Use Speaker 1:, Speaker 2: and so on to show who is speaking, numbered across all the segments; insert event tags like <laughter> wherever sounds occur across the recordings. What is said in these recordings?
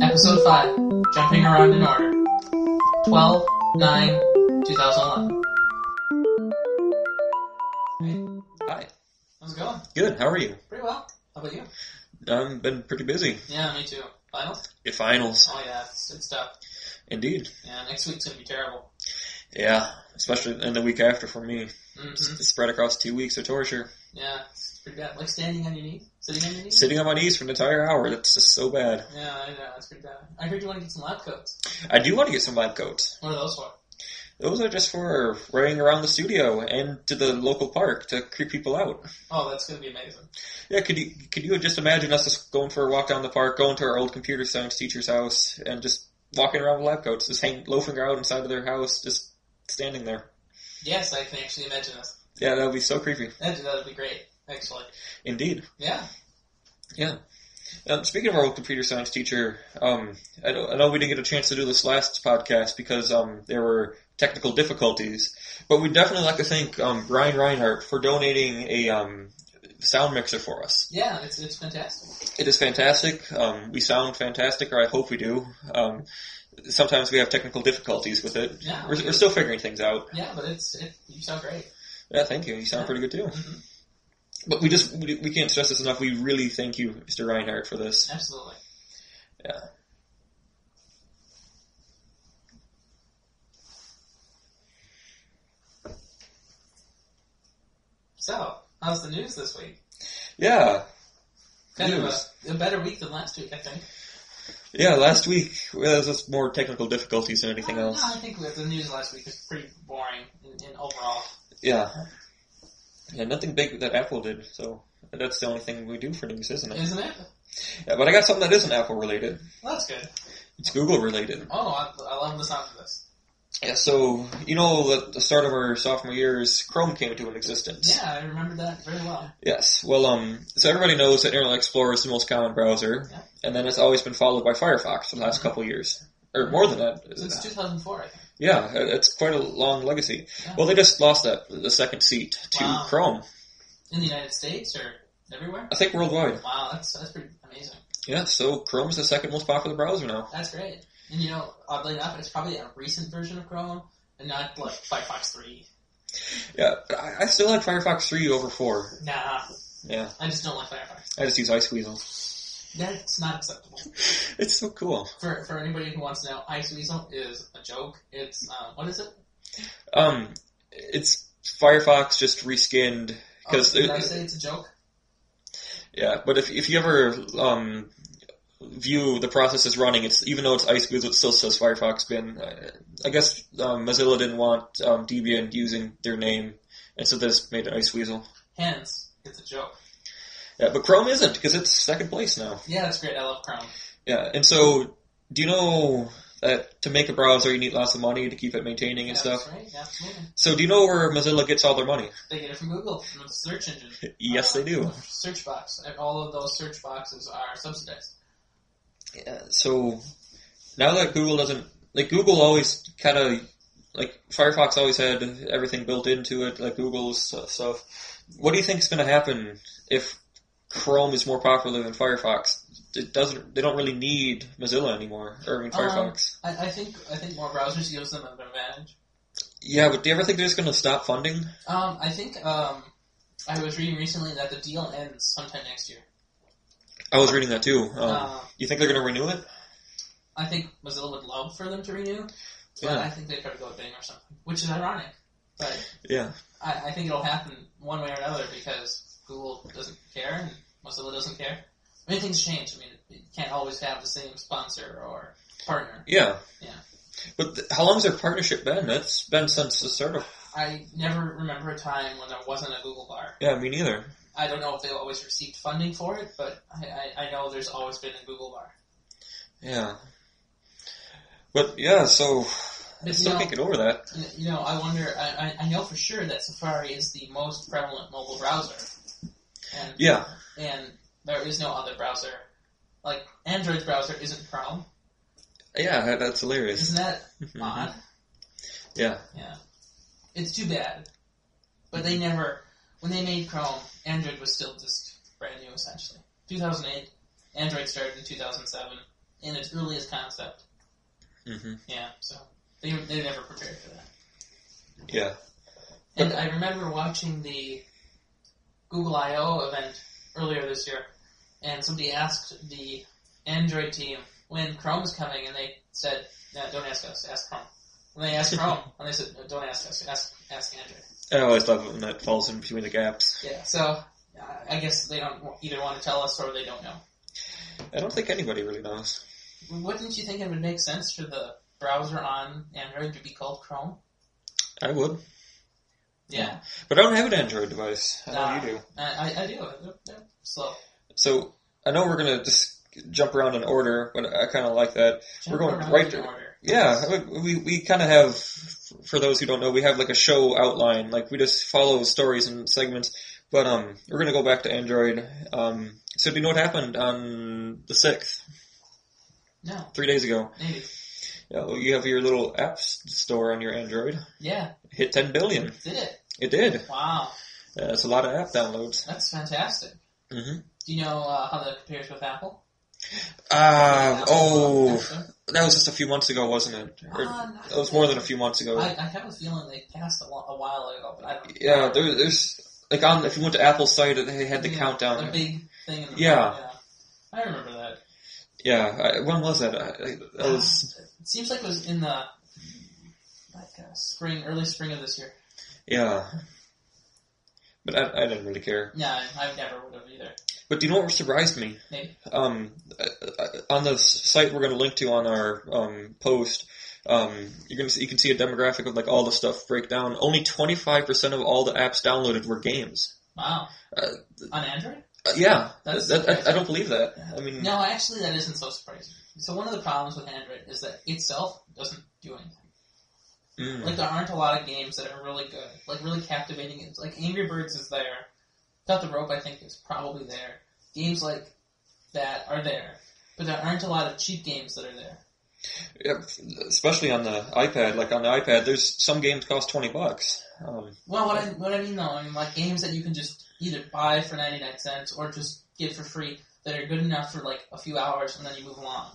Speaker 1: Episode 5, Jumping Around in Order. 12 9 2011. Hey. Hi. How's it going?
Speaker 2: Good. How are you?
Speaker 1: Pretty well. How about you?
Speaker 2: I've been pretty busy.
Speaker 1: Yeah, me too. Finals?
Speaker 2: Your finals,
Speaker 1: Oh, yeah, it's, it's tough.
Speaker 2: indeed.
Speaker 1: Yeah, next week's gonna be terrible.
Speaker 2: Yeah, especially and the week after for me,
Speaker 1: Mm-hmm.
Speaker 2: It's spread across two weeks of torture.
Speaker 1: Yeah, it's pretty bad. Like standing on your knee? Sitting on your knee?
Speaker 2: Sitting on my knees for an entire hour. That's just so bad.
Speaker 1: Yeah, I know, that's pretty bad. I heard you want to get some lab coats.
Speaker 2: I do want to get some lab coats.
Speaker 1: What are those for?
Speaker 2: Those are just for running around the studio and to the local park to creep people out.
Speaker 1: Oh, that's gonna be amazing.
Speaker 2: Yeah, could you could you just imagine us just going for a walk down the park, going to our old computer science teacher's house, and just walking around with lab coats, just hang loafing around inside of their house, just standing there.
Speaker 1: Yes, I can actually imagine this.
Speaker 2: Yeah, that would be so creepy.
Speaker 1: That that would be great, actually.
Speaker 2: Indeed.
Speaker 1: Yeah.
Speaker 2: Um, speaking of our old computer science teacher, um, I, don't- I know we didn't get a chance to do this last podcast because um, there were technical difficulties, but we'd definitely like to thank um, Brian Reinhardt for donating a um, sound mixer for us.
Speaker 1: Yeah, it's, it's fantastic.
Speaker 2: It is fantastic. Um, we sound fantastic, or I hope we do. Um, sometimes we have technical difficulties with it.
Speaker 1: Yeah.
Speaker 2: We're, we're still figuring things out.
Speaker 1: Yeah, but it's it, you sound great.
Speaker 2: Yeah, thank you. You sound pretty good too.
Speaker 1: Mhm.
Speaker 2: But we just we, we can't stress this enough. We really thank you, Mr. Reinhardt, for this.
Speaker 1: Absolutely.
Speaker 2: Yeah.
Speaker 1: So, how's the news this week?
Speaker 2: Yeah.
Speaker 1: Kind
Speaker 2: News.
Speaker 1: of a, a better week than last week, I think.
Speaker 2: Yeah, last week well, there was just more technical difficulties than anything
Speaker 1: Uh,
Speaker 2: else.
Speaker 1: No, I think we- the news last week was pretty boring in, in overall.
Speaker 2: Yeah, yeah, nothing big that Apple did. So that's the only thing we do for news, isn't it?
Speaker 1: Isn't it?
Speaker 2: Yeah, but I got something that isn't Apple related.
Speaker 1: Well, that's good.
Speaker 2: It's Google related.
Speaker 1: Oh, I, I love the sound of this.
Speaker 2: Yeah, so you know that the start of our sophomore years, Chrome came into existence.
Speaker 1: Yeah, I remember that very well.
Speaker 2: Yes. Well, um, so everybody knows that Internet Explorer is the most common browser,
Speaker 1: Yeah.
Speaker 2: and then it's always been followed by Firefox for the last couple years, or more than that.
Speaker 1: Since 2004, I think.
Speaker 2: Yeah, it's quite a long legacy.
Speaker 1: Yeah.
Speaker 2: Well, they just lost that the second seat to
Speaker 1: Wow.
Speaker 2: Chrome.
Speaker 1: In the United States or everywhere?
Speaker 2: I think worldwide.
Speaker 1: Wow, that's that's pretty amazing.
Speaker 2: Yeah, so Chrome's the second most popular browser now.
Speaker 1: That's great. And you know, oddly enough, it's probably a recent version of Chrome and not like Firefox 3.
Speaker 2: Yeah, I, I still had Firefox 3 over 4.
Speaker 1: Nah,
Speaker 2: Yeah,
Speaker 1: I just don't like Firefox.
Speaker 2: I just use iSqueezle.
Speaker 1: That's not acceptable.
Speaker 2: <laughs> It's so cool.
Speaker 1: For, for anybody who wants to know, Iceweasel is a joke. It's, uh, what is it?
Speaker 2: Um, it's Firefox just reskinned.
Speaker 1: Oh,
Speaker 2: 'Cause
Speaker 1: did
Speaker 2: it-
Speaker 1: I say it's a joke?
Speaker 2: Yeah, but if if you ever um view the process as running, it's even though it's iSqueezle, it still says Firefox bin. I, I guess um, Mozilla didn't want um, Debian using their name, and so this made it iSqueezle.
Speaker 1: Hence, it's a joke.
Speaker 2: Yeah, but Chrome isn't because it's second place now.
Speaker 1: Yeah, that's great. I love Chrome.
Speaker 2: Yeah, and so do you know that to make a browser you need lots of money to keep it maintaining and
Speaker 1: yeah,
Speaker 2: stuff?
Speaker 1: That's right. Yeah, absolutely.
Speaker 2: So do you know where Mozilla gets all their money? <laughs>
Speaker 1: They get it from Google, from the search engine.
Speaker 2: Yes,
Speaker 1: Uh,
Speaker 2: they do.
Speaker 1: Search box. And all of those search boxes are subsidized.
Speaker 2: Yeah, so now that Google doesn't like Google always kind of like Firefox always had everything built into it, like Google's stu- stuff. What do you think is going to happen if Chrome is more popular than Firefox? It doesn't. They don't really need Mozilla anymore, or I mean
Speaker 1: Um,
Speaker 2: Firefox.
Speaker 1: I, I think I think more browsers gives them an advantage.
Speaker 2: yeah, but do you ever think they're just going to stop funding?
Speaker 1: Um, I think um, I was reading recently that the deal ends sometime next year.
Speaker 2: I was reading that too. Um,
Speaker 1: Uh,
Speaker 2: You think they're going to renew it?
Speaker 1: I think Mozilla would love for them to renew, but
Speaker 2: Yeah.
Speaker 1: I think they'd probably go with Bing or something, which is ironic. But
Speaker 2: Yeah.
Speaker 1: I, I think it'll happen one way or another because Google doesn't care and Mozilla doesn't care. I mean, things change. I mean, you can't always have the same sponsor or partner.
Speaker 2: Yeah.
Speaker 1: Yeah.
Speaker 2: But th- how long's their partnership been? It's been since the start of.
Speaker 1: I never remember a time when there wasn't a Google bar.
Speaker 2: Yeah, me neither.
Speaker 1: I don't know if they always received funding for it, but I, I, I know there's always been a Google bar.
Speaker 2: Yeah. But yeah, so I
Speaker 1: But,
Speaker 2: still
Speaker 1: you know-
Speaker 2: can't get over that.
Speaker 1: You know, I wonder. I, I, I know for sure that Safari is the most prevalent mobile browser, and
Speaker 2: Yeah.
Speaker 1: and there is no other browser. Like Android's browser isn't Chrome.
Speaker 2: Yeah, that- that's hilarious.
Speaker 1: Isn't that
Speaker 2: Mhm.
Speaker 1: odd?
Speaker 2: Yeah.
Speaker 1: Yeah, it's too bad. But they never, when they made Chrome, Android was still just brand new essentially. 2008, Android started in 2007. in its earliest concept.
Speaker 2: hmm
Speaker 1: Yeah, so they were- they never prepared for that.
Speaker 2: Yeah.
Speaker 1: And I remember watching the Google I/O event earlier this year, and somebody asked the Android team when Chrome's coming, and they said, no, "Don't ask us, ask Chrome." And they asked <laughs> Chrome, and they said, no, "Don't ask us, ask ask Android."
Speaker 2: I always love when that falls in between the gaps.
Speaker 1: Yeah, so uh, I guess they don't wa- either want to tell us or they don't know.
Speaker 2: I don't think anybody really knows.
Speaker 1: Wouldn't you think it would make sense for the browser on Android to be called Chrome?
Speaker 2: I would.
Speaker 1: Yeah,
Speaker 2: But I don't have an Android device. I know
Speaker 1: Ah.
Speaker 2: you do.
Speaker 1: I, I, I do. They're, they're slow.
Speaker 2: So I know we're gonna just jump around in order, but I kind of like that. We're going
Speaker 1: Jump around
Speaker 2: right
Speaker 1: in
Speaker 2: to-
Speaker 1: order.
Speaker 2: Yeah, we we kind of have. For those who don't know, we have like a show outline. Like we just follow stories and segments. But um, we're gonna go back to Android. Um, so do you know what happened on the sixth,
Speaker 1: No,
Speaker 2: three days ago?
Speaker 1: maybe.
Speaker 2: Yeah, well, you have your little app store on your Android
Speaker 1: Yeah,
Speaker 2: hit ten billion.
Speaker 1: did it.
Speaker 2: It did.
Speaker 1: Wow,
Speaker 2: Uh, That's a lot of app downloads.
Speaker 1: that's fantastic.
Speaker 2: Mhm.
Speaker 1: Do you know uh, how that compares with Apple?
Speaker 2: Uh,
Speaker 1: Apple,
Speaker 2: oh,
Speaker 1: Apple.
Speaker 2: that was just a few months ago, wasn't it? Or,
Speaker 1: Ah,
Speaker 2: that was more than a few months ago.
Speaker 1: I, I have a feeling they passed a, lo- a while ago, but I don't.
Speaker 2: Yeah, there, there's like on if you went to Apple's site, they had the
Speaker 1: Yeah,
Speaker 2: countdown.
Speaker 1: A big thing. In the
Speaker 2: Yeah.
Speaker 1: yeah. I remember that.
Speaker 2: yeah, I, when was that? I, I,
Speaker 1: <sighs>
Speaker 2: that was
Speaker 1: It seems like it was in the like uh, spring, early spring of this year.
Speaker 2: yeah. But I, I didn't really care.
Speaker 1: Yeah, I, I never would have either.
Speaker 2: But do you know what surprised me?
Speaker 1: Maybe.
Speaker 2: Um, uh, uh, on the s- site we're going to link to on our um, post, um, you're going to you can see a demographic of like all the stuff breakdown. Only 25% of all the apps downloaded were games.
Speaker 1: Wow.
Speaker 2: Uh,
Speaker 1: On Android?
Speaker 2: Uh, yeah,
Speaker 1: That's
Speaker 2: that, that- I, I
Speaker 1: surprising.
Speaker 2: don't believe that. I mean,
Speaker 1: No, actually, that isn't so surprising. So one of the problems with Android is that itself doesn't do anything.
Speaker 2: mm,
Speaker 1: Like there aren't a lot of games that are really good, like really captivating. It's like Angry Birds is there. Cut the Rope, I think, is probably there. Games like that are there, but there aren't a lot of cheap games that are there.
Speaker 2: yeah, especially on the iPad. Like on the iPad, there's some games cost 20 bucks. Um,
Speaker 1: Well, what I what I mean though, I mean like games that you can just either buy for ninety nine cents or just get for free that are good enough for like a few hours and then you move along.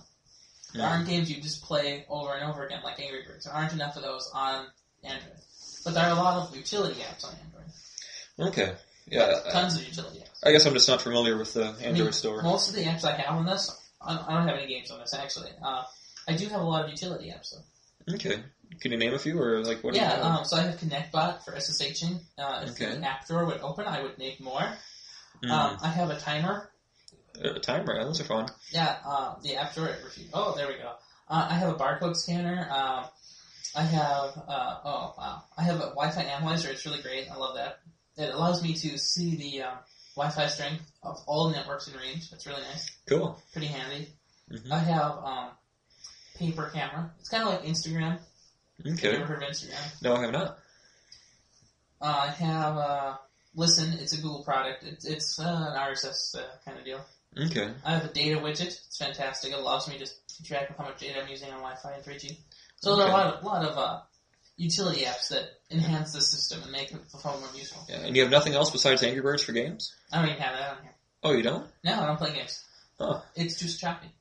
Speaker 1: There
Speaker 2: Yeah.
Speaker 1: aren't games you just play over and over again like Angry Birds. There aren't enough of those on Android, but there are a lot of utility apps on Android.
Speaker 2: okay, yeah. uh, I-
Speaker 1: Tons of utility apps.
Speaker 2: I guess I'm just not familiar with the
Speaker 1: I mean,
Speaker 2: Android store.
Speaker 1: Most of the apps I have on this, I don't I don't have any games on this actually. Uh, I do have a lot of utility apps though.
Speaker 2: Okay, can you name a few or like what? do you
Speaker 1: yeah,
Speaker 2: know?
Speaker 1: um, so I have ConnectBot for SSHing. Uh, if
Speaker 2: Okay.
Speaker 1: the app drawer would open, I would make more.
Speaker 2: Mm,
Speaker 1: Um, I have a timer
Speaker 2: a Hmm. Uh, timer. Those are fun.
Speaker 1: Yeah, uh, the app store refused. Oh, there we go. Uh, I have a barcode scanner. Um, I have uh, oh wow, I have a Wi-Fi analyzer. It's really great. I love that. It allows me to see the um, Wi-Fi strength of all networks in range. That's really nice.
Speaker 2: Cool.
Speaker 1: Pretty handy.
Speaker 2: Mhm.
Speaker 1: I have um, paper camera. It's kind of like Instagram. Have you
Speaker 2: Okay.
Speaker 1: ever heard of Instagram?
Speaker 2: No, I have not.
Speaker 1: Uh, I have uh, listen. It's a Google product. It's it's uh, an RSS uh, kind of deal.
Speaker 2: Okay.
Speaker 1: I have a data widget. It's fantastic. It allows me to keep track of how much data I'm using on Wi-Fi and 3G. So there are a lot of, lot of uh, utility apps that enhance the system and make the phone more useful.
Speaker 2: Yeah, and you have nothing else besides Angry Birds for games?
Speaker 1: I don't even have that on here.
Speaker 2: Oh, you don't?
Speaker 1: No, I don't play games.
Speaker 2: Huh.
Speaker 1: It's just choppy.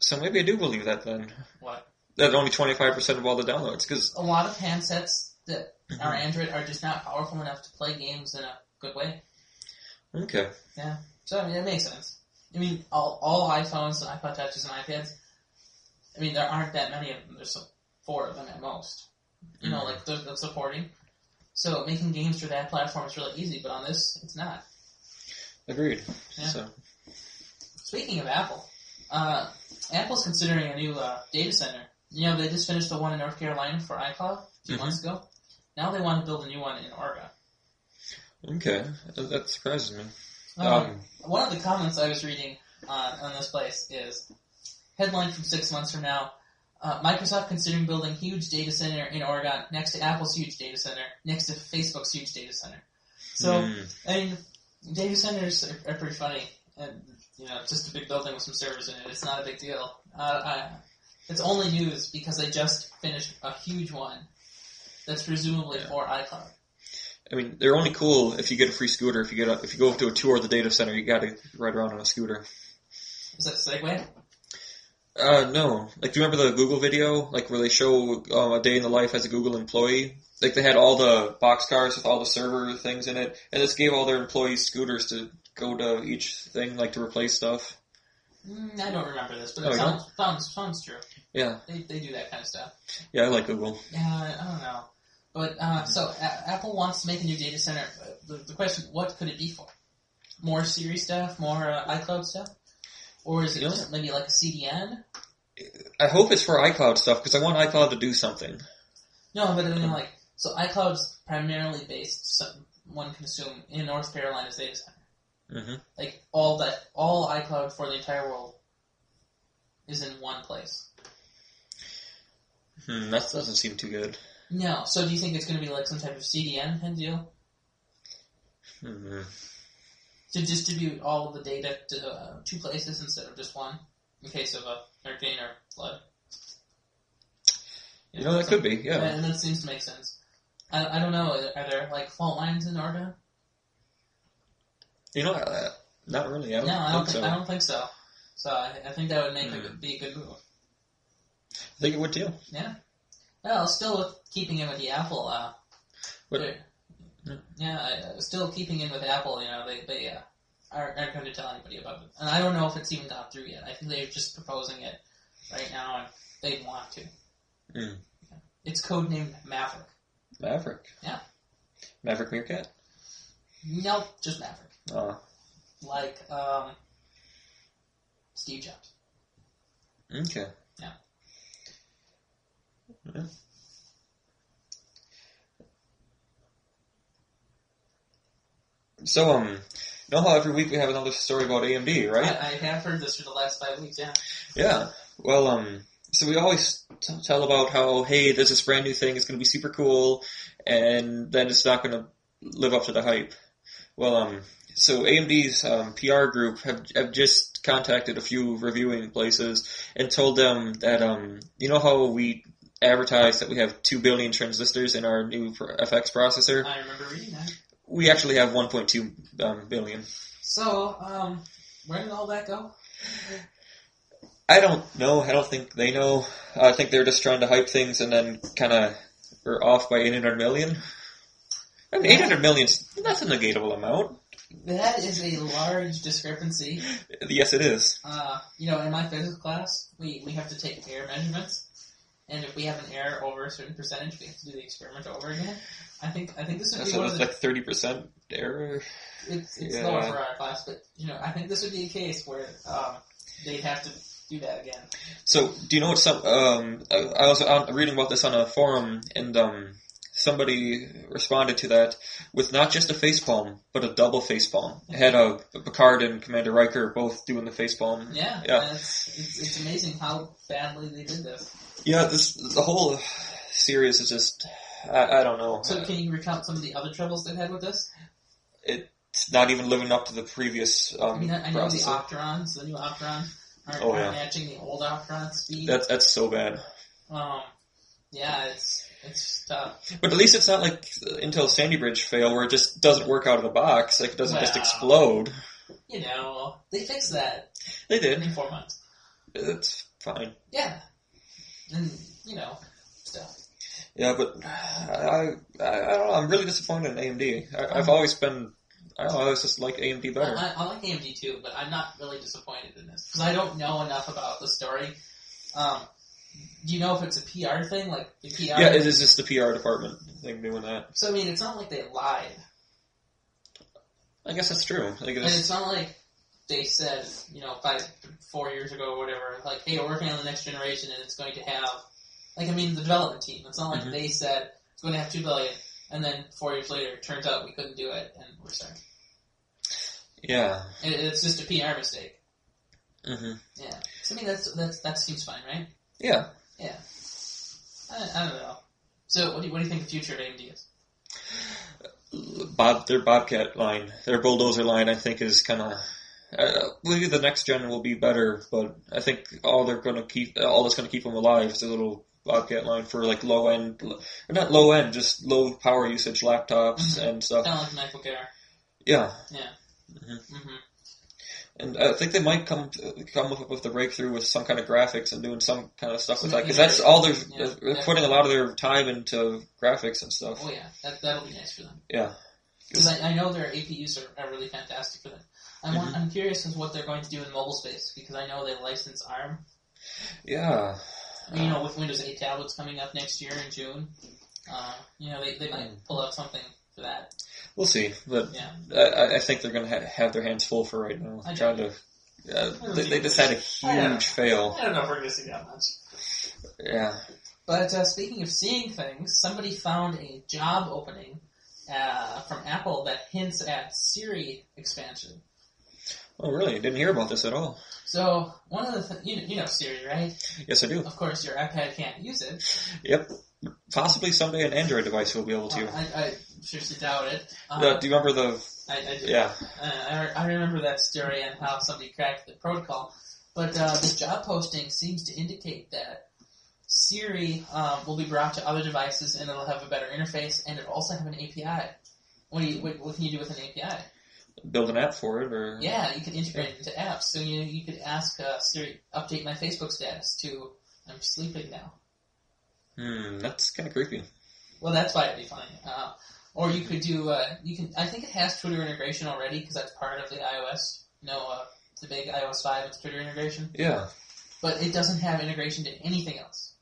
Speaker 2: So maybe I do believe that then.
Speaker 1: What?
Speaker 2: That only 25% of all the downloads, because
Speaker 1: A lot of handsets that are Android are just not powerful enough to play games in a good way.
Speaker 2: okay,
Speaker 1: So I mean, it makes sense. I mean, all, all iPhones and iPod touches and iPads. I mean, there aren't that many of them. There's some, four of them at most. you know,
Speaker 2: Mhm.
Speaker 1: like the, the supporting. So making games for that platform is really easy, but on this, it's not.
Speaker 2: agreed.
Speaker 1: Yeah.
Speaker 2: So
Speaker 1: Speaking of Apple, uh, Apple's considering a new uh, data center. You know, they just finished the one in North Carolina for iCloud a few
Speaker 2: Mhm.
Speaker 1: months ago. Now they want to build a new one in Oregon.
Speaker 2: okay, that, that surprises me.
Speaker 1: Um,
Speaker 2: Um,
Speaker 1: one of the comments I was reading uh, on this place is headline from six months from now. Uh, Microsoft considering building huge data center in Oregon next to Apple's huge data center, next to Facebook's huge data center. So
Speaker 2: mm,
Speaker 1: I mean, data centers are, are pretty funny, and you know, it's just a big building with some servers in it. It's not a big deal. Uh, I, it's only news because they just finished a huge one that's presumably
Speaker 2: Yeah.
Speaker 1: for iCloud.
Speaker 2: I mean, they're only cool if you get a free scooter. If you get a, if you go to a tour of the data center, you got to ride around on a scooter.
Speaker 1: Is that a segue?
Speaker 2: Uh, no. Like, do you remember the Google video? Like, where they show um, a day in the life as a Google employee? Like, they had all the box cars with all the server things in it, and this gave all their employees scooters to go to each thing, like, to replace stuff.
Speaker 1: Mm, I don't remember this, but
Speaker 2: Oh,
Speaker 1: it
Speaker 2: you
Speaker 1: sounds, sounds sounds true.
Speaker 2: Yeah.
Speaker 1: They they do that kind of stuff.
Speaker 2: Yeah, I like Google.
Speaker 1: Yeah, I don't know. But uh, so a- Apple wants to make a new data center. The, the question: What could it be for? More Siri stuff, more uh, iCloud stuff, or is it
Speaker 2: You know-
Speaker 1: just maybe like a CDN?
Speaker 2: I hope it's for iCloud stuff, because I want iCloud to do something.
Speaker 1: No, but I mean like so iCloud's primarily based. Some, one can assume in North Carolina's data center.
Speaker 2: hmm
Speaker 1: Like all that, all iCloud for the entire world is in one place.
Speaker 2: Hmm, that doesn't seem too good.
Speaker 1: No, so do you think it's going to be like some type of CDN kind of deal?
Speaker 2: Hmm.
Speaker 1: to distribute all of the data to uh, two places instead of just one in case of a hurricane or flood.
Speaker 2: You know, that could be, yeah.
Speaker 1: And that seems to make sense. I, I don't know. Are there like fault lines in Oregon?
Speaker 2: You know, uh, not really. I don't,
Speaker 1: no, I don't.
Speaker 2: think so.
Speaker 1: I don't think so. So I, I think that would make
Speaker 2: Hmm.
Speaker 1: it be a good move.
Speaker 2: I think it would too.
Speaker 1: Well, still with keeping in with the Apple. Uh,
Speaker 2: What-
Speaker 1: they're-
Speaker 2: Yeah.
Speaker 1: Yeah, I- uh, still keeping in with Apple. You know, they they uh, aren't, aren't going to tell anybody about it, and I don't know if it's even gone through yet. I think they're just proposing it right now, and they want to.
Speaker 2: Mm.
Speaker 1: Yeah. It's codenamed Maverick.
Speaker 2: Maverick.
Speaker 1: Yeah.
Speaker 2: Maverick Meerkat.
Speaker 1: Nope, just Maverick.
Speaker 2: Uh,
Speaker 1: Like um, Steve Jobs.
Speaker 2: okay.
Speaker 1: Yeah.
Speaker 2: Yeah. So um, you know how every week we have another story about AMD, right?
Speaker 1: I, I have heard this for the last five weeks. Yeah.
Speaker 2: Yeah. Well, um, so we always t- tell about how, hey, there's this brand new thing, it's going to be super cool, and then it's not going to live up to the hype. Well, um, so AMD's um, PR group have, have just contacted a few reviewing places and told them that, um, you know how we advertise that we have 2 billion transistors in our new pr- FX processor?
Speaker 1: I remember reading that.
Speaker 2: We actually have 1.2 um, billion.
Speaker 1: So, um, where did all that go?
Speaker 2: I don't know. I don't think they know. I think they're just trying to hype things and then kind of are off by 800 million. I mean, 800 million's that's a negatable amount.
Speaker 1: That is a large discrepancy.
Speaker 2: Yes, it is.
Speaker 1: uh, you know, in my physics class, we, we have to take error measurements, and if we have an error over a certain percentage, we have to do the experiment over again. I think I think this would be
Speaker 2: So
Speaker 1: one of
Speaker 2: that's
Speaker 1: the,
Speaker 2: like 30% error.
Speaker 1: it's, it's
Speaker 2: yeah.
Speaker 1: lower for our class, but you know, I think this would be a case where um, they'd have to do that again.
Speaker 2: So, do you know what some? Um, I I was on, reading about this on a forum, and um, somebody responded to that with not just a facepalm, but a double facepalm. It had a Picard and Commander Riker both doing the facepalm
Speaker 1: Yeah,
Speaker 2: Yeah.
Speaker 1: and It's, it's it's amazing how badly they did this.
Speaker 2: Yeah, this the whole series is just I, I don't know.
Speaker 1: So, can you recount some of the other troubles they had with this?
Speaker 2: it's not even living up to the previous um,
Speaker 1: I mean, I, I know the
Speaker 2: processor.
Speaker 1: Opterons, the new Opterons, aren't,
Speaker 2: Oh,
Speaker 1: aren't matching the old Opteron speed.
Speaker 2: That's that's so bad.
Speaker 1: um, yeah, it's it's tough.
Speaker 2: But at least it's not like the Intel Sandy Bridge fail where it just doesn't work out of the box. Like it doesn't just
Speaker 1: Wow.
Speaker 2: explode.
Speaker 1: you know, they fixed that
Speaker 2: They did.
Speaker 1: in four months.
Speaker 2: It's fine.
Speaker 1: Yeah. And, you know, stuff.
Speaker 2: Yeah, but I I, I don't know. I'm really disappointed in AMD. I, I've always been I don't know, I always just like AMD
Speaker 1: I,
Speaker 2: better.
Speaker 1: I, I like AMD too, but I'm not really disappointed in this because I don't know enough about the story. Um, do you know if it's a PR thing? Like, the PR?
Speaker 2: Yeah, it is just the PR department thing doing that.
Speaker 1: so, I mean, it's not like they lied.
Speaker 2: I guess that's true. Like
Speaker 1: And
Speaker 2: it's,
Speaker 1: it's not like they said, you know, five, four years ago or whatever, like, hey, we're working on the next generation and it's going to have, like, I mean, the development team. It's not like
Speaker 2: Mhm.
Speaker 1: they said it's going to have two billion, and then four years later, it turns out we couldn't do it, and we're sorry.
Speaker 2: yeah.
Speaker 1: It, it's just a PR mistake.
Speaker 2: hmm
Speaker 1: Yeah. So, I mean, that's that's that seems fine, right?
Speaker 2: Yeah.
Speaker 1: I, I don't know. So, what do you, what do you think the future of AMD is?
Speaker 2: Bob, their Bobcat line, their bulldozer line, I think is kind of. Uh, maybe the next gen will be better, but I think all they're going to keep, all that's going to keep them alive is the little Bobcat line for like low end, or not low end, just low power usage laptops
Speaker 1: Mhm.
Speaker 2: and stuff.
Speaker 1: Kind of like MacBook Air.
Speaker 2: Yeah,
Speaker 1: Mm-hmm.
Speaker 2: And I think they might come to, come up with the breakthrough with some kind of graphics and doing some kind of stuff with that because that's all they're,
Speaker 1: Yeah,
Speaker 2: they're putting a lot of their time into graphics and stuff.
Speaker 1: Oh yeah, that that'll be nice for them.
Speaker 2: Yeah.
Speaker 1: Because I, I know their APUs are, are really fantastic for them. I want, I'm curious as what they're going to do in mobile space because I know they license ARM.
Speaker 2: Yeah.
Speaker 1: You know, with Windows 8 tablets coming up next year in June, uh, you know they, they might pull out something for that.
Speaker 2: We'll see, but
Speaker 1: Yeah.
Speaker 2: I- I, I think they're going to ha- have their hands full for right now.
Speaker 1: I know.
Speaker 2: trying to, uh, they, they just had a
Speaker 1: I know.
Speaker 2: huge fail.
Speaker 1: I don't know if we're going to see that much.
Speaker 2: Yeah.
Speaker 1: But uh, speaking of seeing things, somebody found a job opening uh, from Apple that hints at Siri expansion.
Speaker 2: Oh, really? Didn't hear about this at all.
Speaker 1: So one of the th- you, you know Siri, right?
Speaker 2: Yes, I do.
Speaker 1: Of course, your iPad can't use it.
Speaker 2: Yep. Possibly someday an Android device will be able to.
Speaker 1: I, I seriously doubt it. Um,
Speaker 2: Uh, do you remember the?
Speaker 1: I, I, do.
Speaker 2: Yeah.
Speaker 1: Uh, I, I remember that story and how somebody cracked the protocol. But uh, this job posting seems to indicate that Siri um, will be brought to other devices and it'll have a better interface and it'll also have an API. What, do you, what, what can you do with an API?
Speaker 2: Build an app for it, or
Speaker 1: Yeah, you can integrate it into apps. So you you could ask uh, Siri, update my Facebook status to I'm sleeping now.
Speaker 2: Hmm, that's kind of creepy.
Speaker 1: Well, that's why it'd be fine. Uh, or you could do uh, you can. I think it has Twitter integration already because that's part of the iOS. You know, uh, the big iOS five with Twitter integration,
Speaker 2: Yeah.
Speaker 1: but it doesn't have integration to anything else.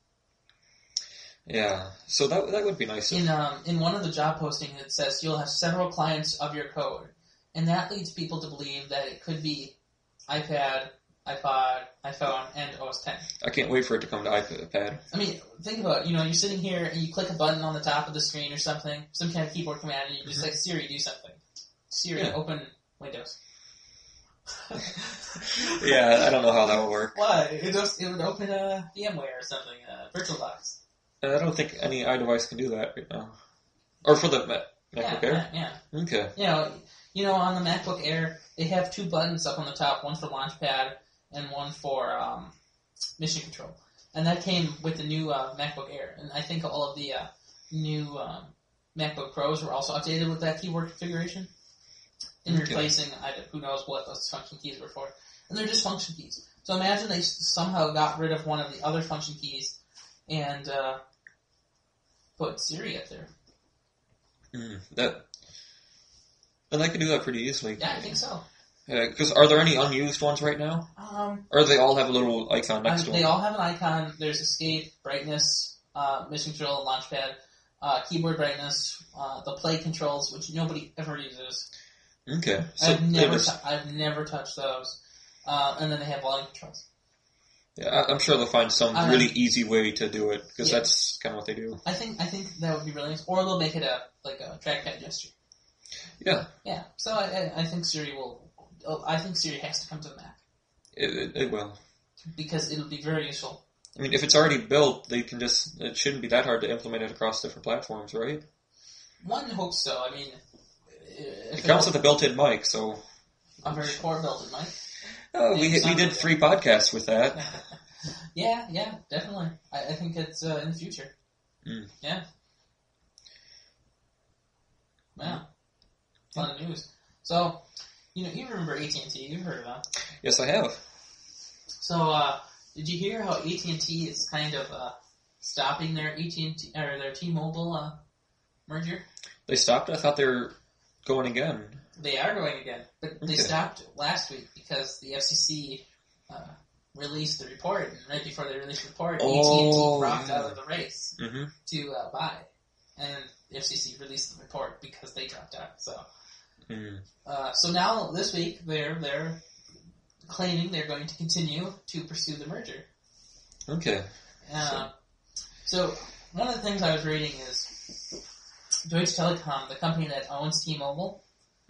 Speaker 2: Yeah. So that that would be nice. If,
Speaker 1: In um, in one of the job postings, it says you'll have several clients of your code, and that leads people to believe that it could be iPad, iPod, iPhone, and OS ten.
Speaker 2: I can't wait for it to come to iPad.
Speaker 1: I mean, think about it. you know you're sitting here and you click a button on the top of the screen or something, some kind of keyboard command, and you just like Siri, do something. Siri,
Speaker 2: Yeah.
Speaker 1: open Windows.
Speaker 2: Yeah, I don't know how that will work.
Speaker 1: Why? It just it would open a VMware or something, uh, VirtualBox.
Speaker 2: And I don't think any iDevice can do that right now. Or for the Mac, MacBook
Speaker 1: yeah,
Speaker 2: Air.
Speaker 1: yeah,
Speaker 2: Okay.
Speaker 1: yeah. You know, you know, on the MacBook Air, they have two buttons up on the top, one for Launchpad and one for um, Mission Control, and that came with the new uh, MacBook Air, and I think all of the uh, new um, MacBook Pros were also updated with that keyboard configuration, and
Speaker 2: Okay.
Speaker 1: replacing I, who knows what those function keys were for, and they're just function keys. So imagine they s- somehow got rid of one of the other function keys and uh, put Siri up there.
Speaker 2: Hmm, that. And they can do that pretty easily.
Speaker 1: Yeah, I think so.
Speaker 2: Because are there any unused ones right now?
Speaker 1: Um,
Speaker 2: Or they all have a little icon next
Speaker 1: Um,
Speaker 2: to
Speaker 1: they
Speaker 2: them?
Speaker 1: all have an icon. There's escape, brightness, uh, mission control, launchpad, uh, keyboard brightness, uh, the play controls, which nobody ever uses.
Speaker 2: okay. So
Speaker 1: I've
Speaker 2: they
Speaker 1: never,
Speaker 2: just-
Speaker 1: tou- I've never touched those. Uh, and then they have volume controls.
Speaker 2: yeah, I- I'm sure they'll find some
Speaker 1: Um,
Speaker 2: really easy way to do it because
Speaker 1: yeah.
Speaker 2: that's kind of what they do.
Speaker 1: I think, I think that would be really nice. Or they'll make it a like a trackpad gesture.
Speaker 2: Yeah.
Speaker 1: Yeah. So I, I- I think Siri will. oh, I think Siri has to come to the Mac
Speaker 2: It, it, it will.
Speaker 1: because it'll be very useful.
Speaker 2: I mean, if it's already built, they can just. It shouldn't be that hard to implement it across different platforms, right?
Speaker 1: One hopes so. I mean, if
Speaker 2: It comes with a built-in mic, so
Speaker 1: a very poor build, Mike.
Speaker 2: oh, we we did three podcasts with that.
Speaker 1: <laughs> yeah, yeah, definitely. I, I think it's uh, in the future.
Speaker 2: Mm.
Speaker 1: Yeah. Wow. A lot of news. So, you know, you remember AT and T? You've heard of them.
Speaker 2: Yes, I have.
Speaker 1: So, uh, did you hear how AT and T is kind of uh, stopping their AT and T or their T-Mobile uh, merger?
Speaker 2: They stopped. I thought they were going again.
Speaker 1: They are going again, but they
Speaker 2: Okay.
Speaker 1: stopped last week because the FCC uh, released the report, and right before they released the report, AT&T
Speaker 2: Oh,
Speaker 1: dropped
Speaker 2: yeah.
Speaker 1: out of the race.
Speaker 2: hmm
Speaker 1: to uh, buy, and the FCC released the report because they dropped out. So,
Speaker 2: Mm.
Speaker 1: uh, so now this week they're they're claiming they're going to continue to pursue the merger.
Speaker 2: Okay.
Speaker 1: Uh, so, one of the things I was reading is Deutsche Telekom, the company that owns T-Mobile,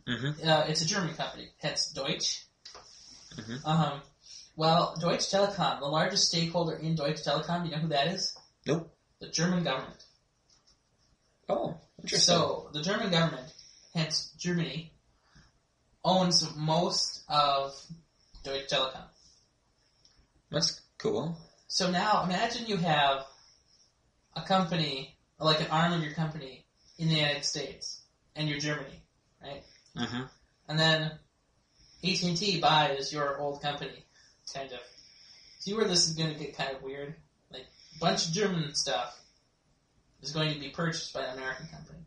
Speaker 2: hmm
Speaker 1: uh, it's a German company, hence Deutsche.
Speaker 2: Mhm.
Speaker 1: Um, well, Deutsche Telekom, the largest stakeholder in Deutsche Telekom, you know who that is?
Speaker 2: Nope.
Speaker 1: The German government.
Speaker 2: Oh, interesting.
Speaker 1: So the German government, hence Germany, owns most of Deutsche Telekom.
Speaker 2: that's cool.
Speaker 1: So now imagine you have a company, like an arm of your company, Mm-hmm. in the United States, and you're Germany,
Speaker 2: hmm
Speaker 1: and then AT and T buys your old company, kind of. See where this is going to get kind of weird. Like a bunch of German stuff is going to be purchased by an American company.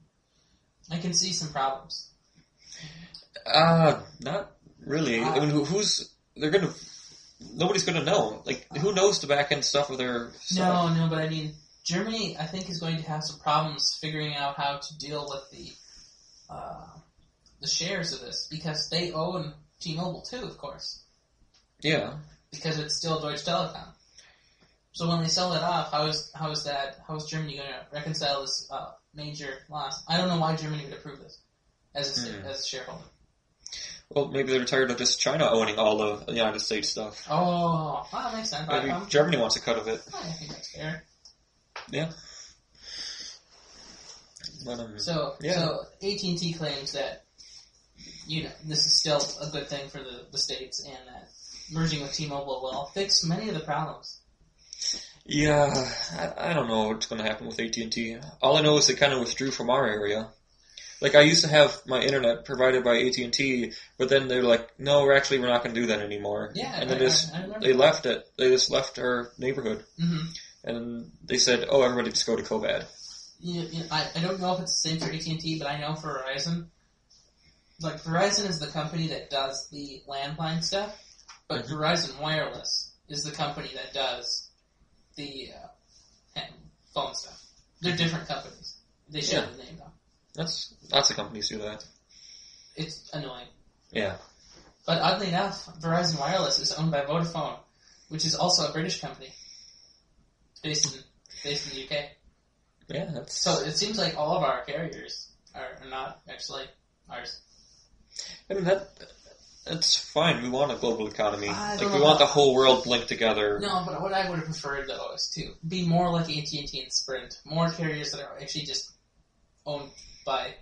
Speaker 1: I can see some problems.
Speaker 2: Uh, not really. I
Speaker 1: Ah.
Speaker 2: mean, who- who's they're gonna? Nobody's gonna know. Like, who knows the back end stuff of their stuff?
Speaker 1: No, no, but I mean, Germany, I think, is going to have some problems figuring out how to deal with the uh, the shares of this because they own T-Mobile too, of course,
Speaker 2: Yeah,
Speaker 1: because it's still Deutsche Telekom. So when they sell that off, how is how is that how is Germany going to reconcile this uh, major loss? I don't know why Germany would approve this as a, sta-
Speaker 2: Hmm.
Speaker 1: as a shareholder.
Speaker 2: well, maybe they're tired of just China owning all of the United States stuff.
Speaker 1: Oh, well, that makes sense. I-
Speaker 2: Maybe
Speaker 1: I'm-
Speaker 2: Germany wants a cut of it.
Speaker 1: I think that's fair.
Speaker 2: But, um,
Speaker 1: So,
Speaker 2: Yeah.
Speaker 1: so AT and T claims that you know this is still a good thing for the, the states, and that merging with T-Mobile will fix many of the problems.
Speaker 2: yeah, I, I don't know what's gonna happen with AT and T. All I know is they kind of withdrew from our area. Like, I used to have my internet provided by AT and T, but then they're like, "No, we're actually we're not gonna do that anymore."
Speaker 1: Yeah,
Speaker 2: and
Speaker 1: I,
Speaker 2: then just
Speaker 1: I, I remember.
Speaker 2: they left it. They just left our neighborhood.
Speaker 1: hmm
Speaker 2: and they said, "Oh, everybody just go to Cobad."
Speaker 1: You, you I, I don't know if it's the same for AT and T, but I know for Verizon. Like Verizon is the company that does the landline stuff, but
Speaker 2: Mhm.
Speaker 1: Verizon Wireless is the company that does the uh, hand- phone stuff. They're
Speaker 2: Mm-hmm.
Speaker 1: different companies. They share the name though.
Speaker 2: That's lots of companies do that.
Speaker 1: It's annoying.
Speaker 2: Yeah,
Speaker 1: But oddly enough, Verizon Wireless is owned by Vodafone, which is also a British company based in, based in the UK.
Speaker 2: yeah. That's
Speaker 1: So it seems like all of our carriers are, are not actually ours.
Speaker 2: I mean that that's fine. We want a global economy.
Speaker 1: I
Speaker 2: Like
Speaker 1: don't
Speaker 2: we
Speaker 1: know.
Speaker 2: want the whole world linked together.
Speaker 1: No, but what I would have preferred though is to be more like AT and T and Sprint, more carriers that are actually just owned by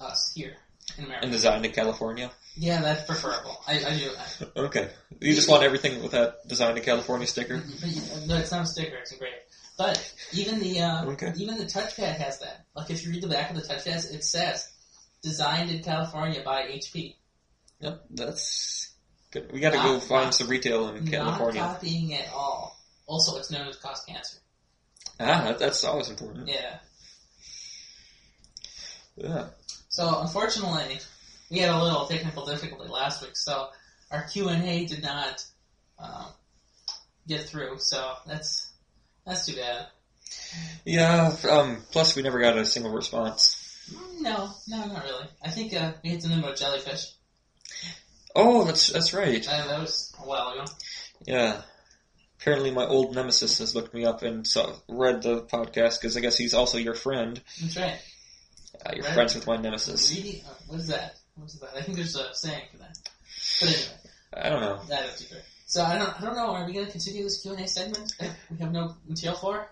Speaker 1: us here in America.
Speaker 2: And designed in California.
Speaker 1: yeah, that's preferable. I, I do. I,
Speaker 2: Okay, you just want everything with that designed in California sticker.
Speaker 1: but, you- no, it's not a sticker. It's engraved. But even the uh,
Speaker 2: Okay.
Speaker 1: Even the touchpad has that. Like if you read the back of the touchpads, it says "Designed in California by HP."
Speaker 2: Yep, that's good. We got to go
Speaker 1: Not-
Speaker 2: find
Speaker 1: not-
Speaker 2: some retail in
Speaker 1: Not
Speaker 2: California.
Speaker 1: copying at all. Also, it's known as cost cancer.
Speaker 2: Ah, that, that's always important.
Speaker 1: Yeah.
Speaker 2: Yeah.
Speaker 1: So unfortunately, we had a little technical difficulty last week, so our Q and A did not um, get through. So that's that's too bad.
Speaker 2: Yeah. Um. Plus, we never got a single response.
Speaker 1: Mm, No, no, not really. I think uh, we had something about jellyfish.
Speaker 2: Oh, that's that's right.
Speaker 1: Uh, that was a while ago.
Speaker 2: Yeah. Apparently, my old nemesis has looked me up and so read the podcast because I guess he's also your friend.
Speaker 1: That's right.
Speaker 2: Uh, you're
Speaker 1: Right.
Speaker 2: friends with my nemesis.
Speaker 1: Really? Uh, What is that? What is that? I think there's a saying for that. But anyway,
Speaker 2: I don't know.
Speaker 1: that is great. So I don't, I don't know. Are we going to continue this Q and A segment? <laughs> if We have no material for. it?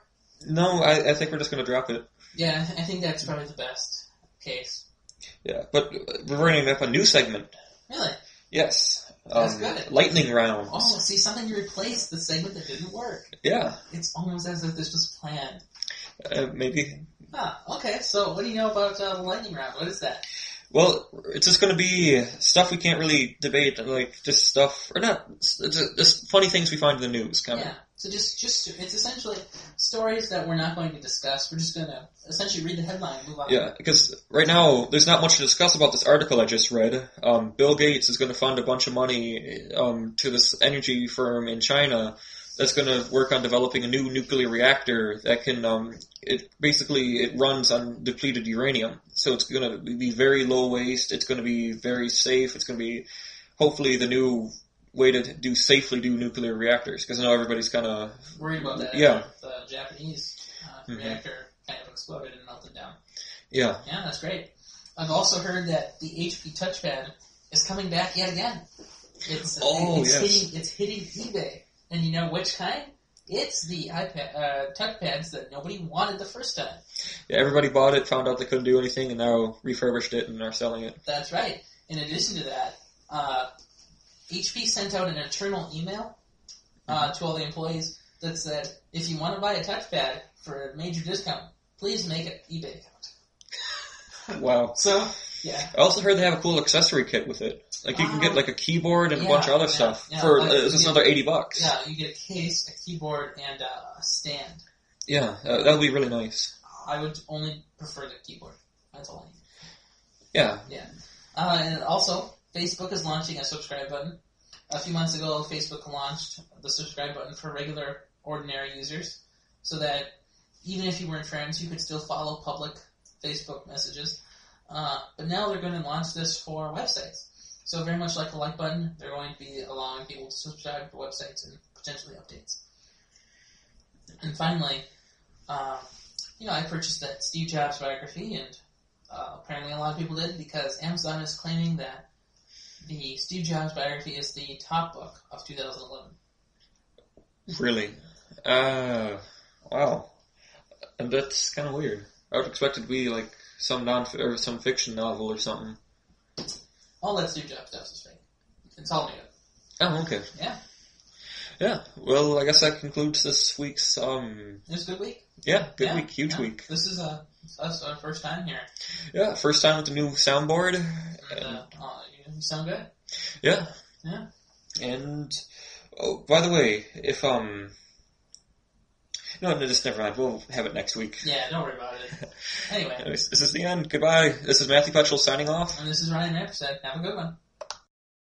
Speaker 2: No, I, I think we're just gonna drop it.
Speaker 1: Yeah, I think that's probably the best case.
Speaker 2: Yeah, but we're bringing up a new segment.
Speaker 1: Really?
Speaker 2: Yes, Um,
Speaker 1: That's good.
Speaker 2: Lightning rounds.
Speaker 1: Oh, see, something to replace the segment that didn't work.
Speaker 2: Yeah,
Speaker 1: It's almost as if this was planned.
Speaker 2: uh, maybe.
Speaker 1: Huh. Okay. So what do you know about uh, the lightning round? What is that?
Speaker 2: Well, it's just gonna be stuff we can't really debate, like just stuff or not, it's just, just funny things we find in the news. Kind of.
Speaker 1: Yeah. So just, just it's essentially stories that we're not going to discuss. We're just going to essentially read the headline, and move on.
Speaker 2: Yeah, because right now there's not much to discuss about this article I just read. Um, Bill Gates is going to fund a bunch of money um, to this energy firm in China that's going to work on developing a new nuclear reactor that can. Um, it basically it runs on depleted uranium, so it's going to be very low waste. It's going to be very safe. It's going to be hopefully the new way to do safely do nuclear reactors because now everybody's kind of
Speaker 1: worried about that.
Speaker 2: Yeah.
Speaker 1: The Japanese uh,
Speaker 2: Mhm.
Speaker 1: reactor kind of exploded and melted down.
Speaker 2: yeah
Speaker 1: Yeah, that's great. I've also heard that the HP touchpad is coming back yet again. It's,
Speaker 2: Oh,
Speaker 1: it's
Speaker 2: yes.
Speaker 1: hitting it's hitting eBay, and you know which kind? It's the iPad uh, touchpads that nobody wanted the first time.
Speaker 2: yeah everybody bought it, found out they couldn't do anything, and now refurbished it and are selling it.
Speaker 1: That's right. In addition to that, uh, HP sent out an internal email uh,
Speaker 2: Mm-hmm.
Speaker 1: to all the employees that said, if you want to buy a touchpad for a major discount, please make an eBay account.
Speaker 2: Wow.
Speaker 1: So, yeah,
Speaker 2: I also heard they have a cool accessory kit with it. Like you can
Speaker 1: Oh.
Speaker 2: get like a keyboard and a
Speaker 1: Yeah,
Speaker 2: bunch of other
Speaker 1: yeah,
Speaker 2: stuff
Speaker 1: yeah.
Speaker 2: for
Speaker 1: Like,
Speaker 2: uh, it's
Speaker 1: you-
Speaker 2: another eighty bucks.
Speaker 1: Yeah, you get a case, a keyboard, and uh, a stand.
Speaker 2: Yeah, uh, that would be really nice.
Speaker 1: I would only prefer the keyboard. That's all I need.
Speaker 2: Yeah,
Speaker 1: Uh, and also, Facebook is launching a subscribe button. A few months ago, Facebook launched the subscribe button for regular, ordinary users, so that even if you weren't friends, you could still follow public Facebook messages. Uh, but now they're going to launch this for websites. So very much like the like button, they're going to be allowing people to subscribe to websites and potentially updates. And finally, uh, you know, I purchased that Steve Jobs biography and uh, apparently a lot of people did because Amazon is claiming that the Steve Jobs biography is the top book of 2011.
Speaker 2: really. Uh, wow, and that's kind of weird. I would expect it to be like some non or some fiction novel or something.
Speaker 1: All that Steve Jobs stuff is fake. It's all made up.
Speaker 2: Oh, okay.
Speaker 1: Yeah.
Speaker 2: Yeah. Well, I guess that concludes this week's um.
Speaker 1: It was a good week.
Speaker 2: Yeah, good
Speaker 1: Yeah,
Speaker 2: week, huge
Speaker 1: yeah.
Speaker 2: week.
Speaker 1: This is uh us our first time here.
Speaker 2: Yeah, first time with the new soundboard.
Speaker 1: And,
Speaker 2: <laughs>
Speaker 1: uh, uh, you sound good.
Speaker 2: Yeah.
Speaker 1: Yeah.
Speaker 2: And oh, by the way, if um, no, no, just never mind. We'll have it next week.
Speaker 1: Yeah, don't worry about
Speaker 2: <laughs>
Speaker 1: it. Anyway,
Speaker 2: Anyways, this is the end. Goodbye. This is Matthew Petchel signing off.
Speaker 1: and this is Ryan Ramsey. Have a good one.